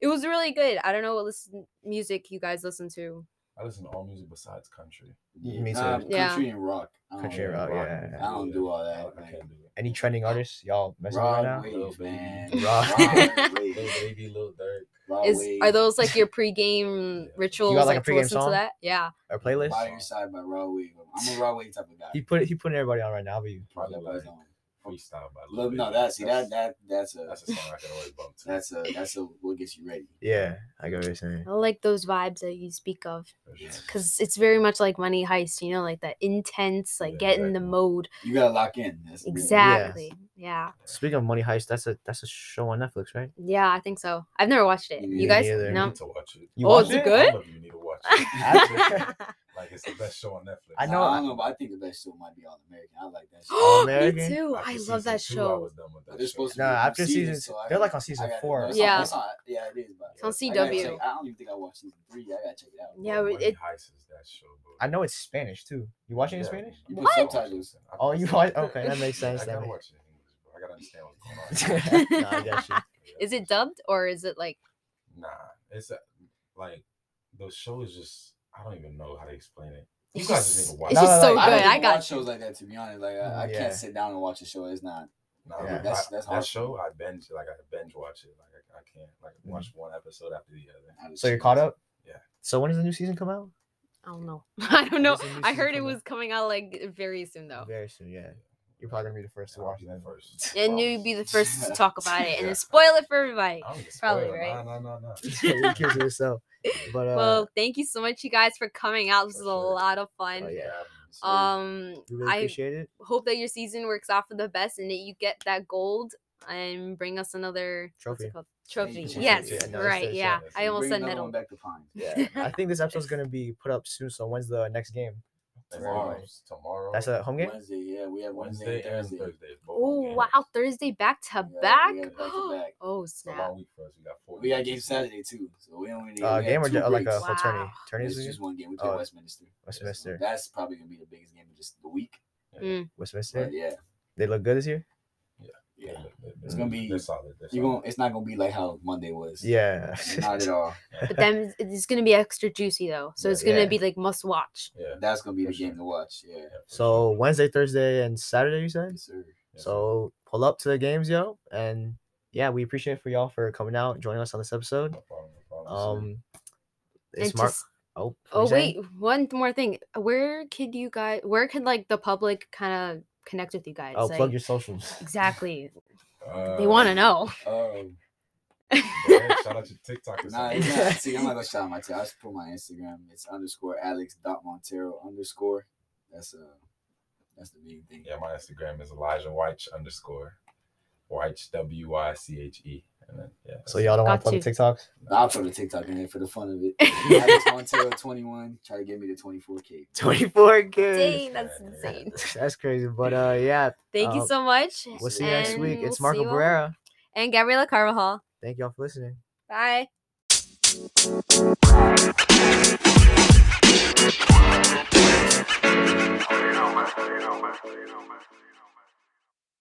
[SPEAKER 1] it was really good. I don't know what listen- music you guys listen to.
[SPEAKER 3] I listen to all music besides country.
[SPEAKER 2] Me
[SPEAKER 4] Nah,
[SPEAKER 2] too.
[SPEAKER 1] Yeah.
[SPEAKER 4] Um, Country and rock. I don't
[SPEAKER 2] Country and
[SPEAKER 4] know.
[SPEAKER 2] rock, yeah,
[SPEAKER 4] I
[SPEAKER 2] yeah.
[SPEAKER 4] don't do all that.
[SPEAKER 3] I
[SPEAKER 4] man.
[SPEAKER 3] can't do it.
[SPEAKER 2] Any trending artists y'all messing with right
[SPEAKER 4] Rod
[SPEAKER 2] now?
[SPEAKER 3] Lil
[SPEAKER 4] Wave,
[SPEAKER 3] Baby.
[SPEAKER 4] man.
[SPEAKER 2] Rod.
[SPEAKER 4] Rod
[SPEAKER 3] Lil
[SPEAKER 4] Wave.
[SPEAKER 3] Baby, Lil Dirk.
[SPEAKER 4] Rod
[SPEAKER 1] Is
[SPEAKER 4] Wave.
[SPEAKER 1] are those like your pregame
[SPEAKER 3] You got,
[SPEAKER 1] rituals
[SPEAKER 2] like, a
[SPEAKER 1] to
[SPEAKER 2] pregame
[SPEAKER 1] listen to
[SPEAKER 2] song?
[SPEAKER 1] that? Yeah.
[SPEAKER 2] Or playlist?
[SPEAKER 4] By Your Side by Rod Wave. I'm a Rod Wave type of guy.
[SPEAKER 2] He put he putting everybody on right now, but you.
[SPEAKER 4] Probably
[SPEAKER 3] Probably
[SPEAKER 4] was
[SPEAKER 3] like
[SPEAKER 4] on.
[SPEAKER 3] Freestyle by Lil
[SPEAKER 4] Look, no,
[SPEAKER 3] Baby.
[SPEAKER 4] that's see that that that's a
[SPEAKER 3] that's a song I can always bump to.
[SPEAKER 4] that's a that's a what gets you ready.
[SPEAKER 2] Yeah, I get what you're saying.
[SPEAKER 1] I like those vibes that you speak of.
[SPEAKER 3] for sure.
[SPEAKER 1] because it's very much like money heist you know like that intense like
[SPEAKER 3] Yeah,
[SPEAKER 1] get in the
[SPEAKER 3] exactly.
[SPEAKER 1] mode
[SPEAKER 4] You gotta lock in. That's the real-
[SPEAKER 1] exactly yeah
[SPEAKER 2] Speaking of Money Heist, that's a that's a show on Netflix, right?
[SPEAKER 1] yeah i think so i've never watched it
[SPEAKER 4] Me
[SPEAKER 1] you guys
[SPEAKER 2] neither.
[SPEAKER 3] You
[SPEAKER 1] no
[SPEAKER 3] need to watch it.
[SPEAKER 2] You Oh, watch
[SPEAKER 1] is it it?
[SPEAKER 3] I
[SPEAKER 1] good?
[SPEAKER 3] love you, you need to watch it.
[SPEAKER 2] Actually-
[SPEAKER 3] like it's the best show on Netflix.
[SPEAKER 2] I
[SPEAKER 4] I
[SPEAKER 2] know-
[SPEAKER 4] know. I don't know, but I think the best show might be All American. I like that. show.
[SPEAKER 2] All
[SPEAKER 1] me
[SPEAKER 2] American?
[SPEAKER 1] too
[SPEAKER 3] After
[SPEAKER 1] i
[SPEAKER 3] season
[SPEAKER 1] love that
[SPEAKER 3] two, I
[SPEAKER 1] show
[SPEAKER 3] was done with that
[SPEAKER 4] They're
[SPEAKER 3] show.
[SPEAKER 4] supposed to
[SPEAKER 2] No,
[SPEAKER 4] be
[SPEAKER 2] after
[SPEAKER 4] season,
[SPEAKER 2] season-
[SPEAKER 4] so
[SPEAKER 2] they're
[SPEAKER 4] I gotta-
[SPEAKER 2] like on season
[SPEAKER 4] I gotta-
[SPEAKER 2] four.
[SPEAKER 4] it's
[SPEAKER 1] Yeah.
[SPEAKER 4] on, it's on, yeah, it is. But
[SPEAKER 1] It's on
[SPEAKER 4] I gotta
[SPEAKER 1] CW.
[SPEAKER 4] check- I don't even think I watched season three. I gotta check it out.
[SPEAKER 1] yeah,
[SPEAKER 3] Money
[SPEAKER 1] it-
[SPEAKER 3] Heist is that show, bro.
[SPEAKER 2] I know it's Spanish too. You watching it in
[SPEAKER 3] Yeah.
[SPEAKER 2] Spanish?
[SPEAKER 4] You put
[SPEAKER 1] What?
[SPEAKER 4] subtitles.
[SPEAKER 3] I
[SPEAKER 2] Oh,
[SPEAKER 3] put
[SPEAKER 2] you
[SPEAKER 3] subtitles.
[SPEAKER 2] watch- okay, that makes sense,
[SPEAKER 3] I
[SPEAKER 2] that
[SPEAKER 3] gotta
[SPEAKER 2] makes-
[SPEAKER 3] watch it in English, bro. I gotta understand what's going on.
[SPEAKER 2] no, I got you.
[SPEAKER 3] Yeah,
[SPEAKER 1] is it
[SPEAKER 3] for sure.
[SPEAKER 1] dubbed or is it like
[SPEAKER 3] Nah, it's uh, like the show is just. I don't even know how to explain it. You
[SPEAKER 1] it's
[SPEAKER 3] guys
[SPEAKER 1] just,
[SPEAKER 3] just need to watch
[SPEAKER 1] it's
[SPEAKER 2] it.
[SPEAKER 1] just
[SPEAKER 2] No,
[SPEAKER 1] so
[SPEAKER 2] no,
[SPEAKER 4] I
[SPEAKER 1] good
[SPEAKER 4] don't
[SPEAKER 1] i
[SPEAKER 4] even
[SPEAKER 1] got
[SPEAKER 4] watch shows like that to be honest. Like I, I
[SPEAKER 2] Yeah.
[SPEAKER 4] can't sit down and watch a show. It's not.
[SPEAKER 3] Nah,
[SPEAKER 2] Yeah,
[SPEAKER 3] like,
[SPEAKER 4] that's-
[SPEAKER 3] I-
[SPEAKER 4] that's
[SPEAKER 3] that
[SPEAKER 4] hard.
[SPEAKER 3] show. I binge like I binge watch it. Like I, I can't like
[SPEAKER 2] Mm-hmm.
[SPEAKER 3] watch one episode after the other.
[SPEAKER 4] I was
[SPEAKER 2] So you're
[SPEAKER 4] serious.
[SPEAKER 2] caught up?
[SPEAKER 3] Yeah.
[SPEAKER 2] So when does the new season come out?
[SPEAKER 1] i don't know i don't know
[SPEAKER 2] There's a new
[SPEAKER 1] i
[SPEAKER 2] season
[SPEAKER 1] heard it
[SPEAKER 2] coming out.
[SPEAKER 1] was coming out like very soon though
[SPEAKER 2] Very soon, yeah. You're probably gonna be the first to
[SPEAKER 3] I'll
[SPEAKER 2] watch
[SPEAKER 3] be
[SPEAKER 2] that.
[SPEAKER 3] the first.
[SPEAKER 1] and you'd be the first to talk about it and
[SPEAKER 3] Yeah.
[SPEAKER 1] then spoil it for everybody
[SPEAKER 3] I don't get
[SPEAKER 1] Probably,
[SPEAKER 3] spoiled.
[SPEAKER 1] right?
[SPEAKER 3] Nah, nah, nah, nah.
[SPEAKER 2] you kids yourself. But uh,
[SPEAKER 1] well thank you so much you guys for coming out this
[SPEAKER 3] For
[SPEAKER 1] is a
[SPEAKER 3] sure.
[SPEAKER 1] lot of fun
[SPEAKER 2] Oh, yeah.
[SPEAKER 1] um
[SPEAKER 2] we really
[SPEAKER 1] i
[SPEAKER 2] appreciate it.
[SPEAKER 1] hope that your season works out for the best and that you get that gold and bring us another what's it
[SPEAKER 2] Trophy.
[SPEAKER 1] called?
[SPEAKER 4] you
[SPEAKER 1] Trophy.
[SPEAKER 4] can say
[SPEAKER 1] Yes,
[SPEAKER 3] trophy. Yeah, no, it's
[SPEAKER 1] right.
[SPEAKER 2] the-
[SPEAKER 1] Yeah,
[SPEAKER 3] yeah,
[SPEAKER 1] I
[SPEAKER 4] You
[SPEAKER 1] almost
[SPEAKER 4] bring
[SPEAKER 1] said
[SPEAKER 4] another
[SPEAKER 1] medal.
[SPEAKER 4] one back to Pine.
[SPEAKER 2] Yeah. I think this episode's gonna be put up soon. So when's the next game?
[SPEAKER 3] Tomorrow, tomorrow.
[SPEAKER 2] That's a home game.
[SPEAKER 4] Wednesday, yeah, we have Wednesday,
[SPEAKER 3] Wednesday
[SPEAKER 4] and
[SPEAKER 3] and
[SPEAKER 4] Thursday.
[SPEAKER 3] Thursday. both home
[SPEAKER 1] Oh
[SPEAKER 3] games.
[SPEAKER 1] wow, Thursday back to
[SPEAKER 4] Yeah,
[SPEAKER 1] back.
[SPEAKER 4] we got back-to-back.
[SPEAKER 1] Oh
[SPEAKER 3] It's a
[SPEAKER 1] snap.
[SPEAKER 3] long week for us. We got four.
[SPEAKER 4] We got
[SPEAKER 3] games
[SPEAKER 4] game
[SPEAKER 3] this week.
[SPEAKER 4] Saturday too, so we don't really
[SPEAKER 2] Uh,
[SPEAKER 4] we have
[SPEAKER 2] game or
[SPEAKER 4] two
[SPEAKER 2] ju- or like a
[SPEAKER 4] breaks.
[SPEAKER 2] whole tourney?
[SPEAKER 1] Wow.
[SPEAKER 2] Tourney
[SPEAKER 4] It's
[SPEAKER 2] this
[SPEAKER 4] just
[SPEAKER 2] weekend?
[SPEAKER 4] one game. We play
[SPEAKER 2] Oh.
[SPEAKER 4] Westminster.
[SPEAKER 2] Westminster.
[SPEAKER 4] That's probably gonna be the biggest game of just the week.
[SPEAKER 1] Mm.
[SPEAKER 2] Westminster.
[SPEAKER 4] But yeah,
[SPEAKER 2] They look good this year.
[SPEAKER 3] Yeah, they're-
[SPEAKER 4] It's gonna be-
[SPEAKER 3] They're solid. They're
[SPEAKER 4] You
[SPEAKER 3] solid.
[SPEAKER 4] going It's not gonna be like how Monday was.
[SPEAKER 2] Yeah.
[SPEAKER 4] Not at all.
[SPEAKER 1] But then it's gonna be extra juicy though, so
[SPEAKER 3] Yeah.
[SPEAKER 1] it's gonna
[SPEAKER 2] Yeah.
[SPEAKER 1] be like must watch.
[SPEAKER 3] Yeah.
[SPEAKER 4] That's gonna be the
[SPEAKER 3] For sure.
[SPEAKER 4] game to watch. Yeah.
[SPEAKER 3] yeah, for
[SPEAKER 2] so Wednesday, Thursday, and Saturday, you said.
[SPEAKER 4] Yes, sir.
[SPEAKER 3] sure. Yeah.
[SPEAKER 2] So pull up to the games, yo, and yeah, we appreciate it for y'all for coming out, joining us on this episode.
[SPEAKER 3] No problem, no problem.
[SPEAKER 2] Um, it's
[SPEAKER 1] And
[SPEAKER 2] Mark.
[SPEAKER 1] just-
[SPEAKER 2] Oh, what
[SPEAKER 1] oh
[SPEAKER 2] you saying?
[SPEAKER 1] wait, one more thing. Where could you guys? Where could like the public kind of connect with you guys?
[SPEAKER 2] Oh,
[SPEAKER 1] like,
[SPEAKER 2] plug your socials.
[SPEAKER 1] exactly.
[SPEAKER 3] Uh,
[SPEAKER 1] they want to know.
[SPEAKER 4] Um,
[SPEAKER 3] yeah, shout out your TikTok. Or
[SPEAKER 4] nah,
[SPEAKER 3] something.
[SPEAKER 4] it's not, see, I'm not gonna shout my. T- I just put my Instagram. It's underscore Alex dot Montero underscore. That's uh, that's the main thing.
[SPEAKER 3] Yeah, my Instagram is Elijah Weich underscore Weich W Y C H E. And then yeah.
[SPEAKER 2] So y'all don't want to
[SPEAKER 1] Got
[SPEAKER 2] plug the TikToks?
[SPEAKER 4] Nah, I'll put a TikTok in there for the fun of it. Alex Montero 21. Try to get me to 24k.
[SPEAKER 2] Twenty-four
[SPEAKER 1] Dang,
[SPEAKER 2] games.
[SPEAKER 1] that's insane.
[SPEAKER 2] That's crazy, but uh, yeah.
[SPEAKER 1] Thank you
[SPEAKER 2] Uh,
[SPEAKER 1] so much.
[SPEAKER 2] We'll see you next week.
[SPEAKER 1] and
[SPEAKER 2] It's
[SPEAKER 1] we'll see
[SPEAKER 2] Marco
[SPEAKER 1] you all-
[SPEAKER 2] Barrera.
[SPEAKER 1] and Gabriela Carvajal.
[SPEAKER 2] Thank y'all for listening.
[SPEAKER 1] Bye.
[SPEAKER 5] You know, man. You know, man. You know, man.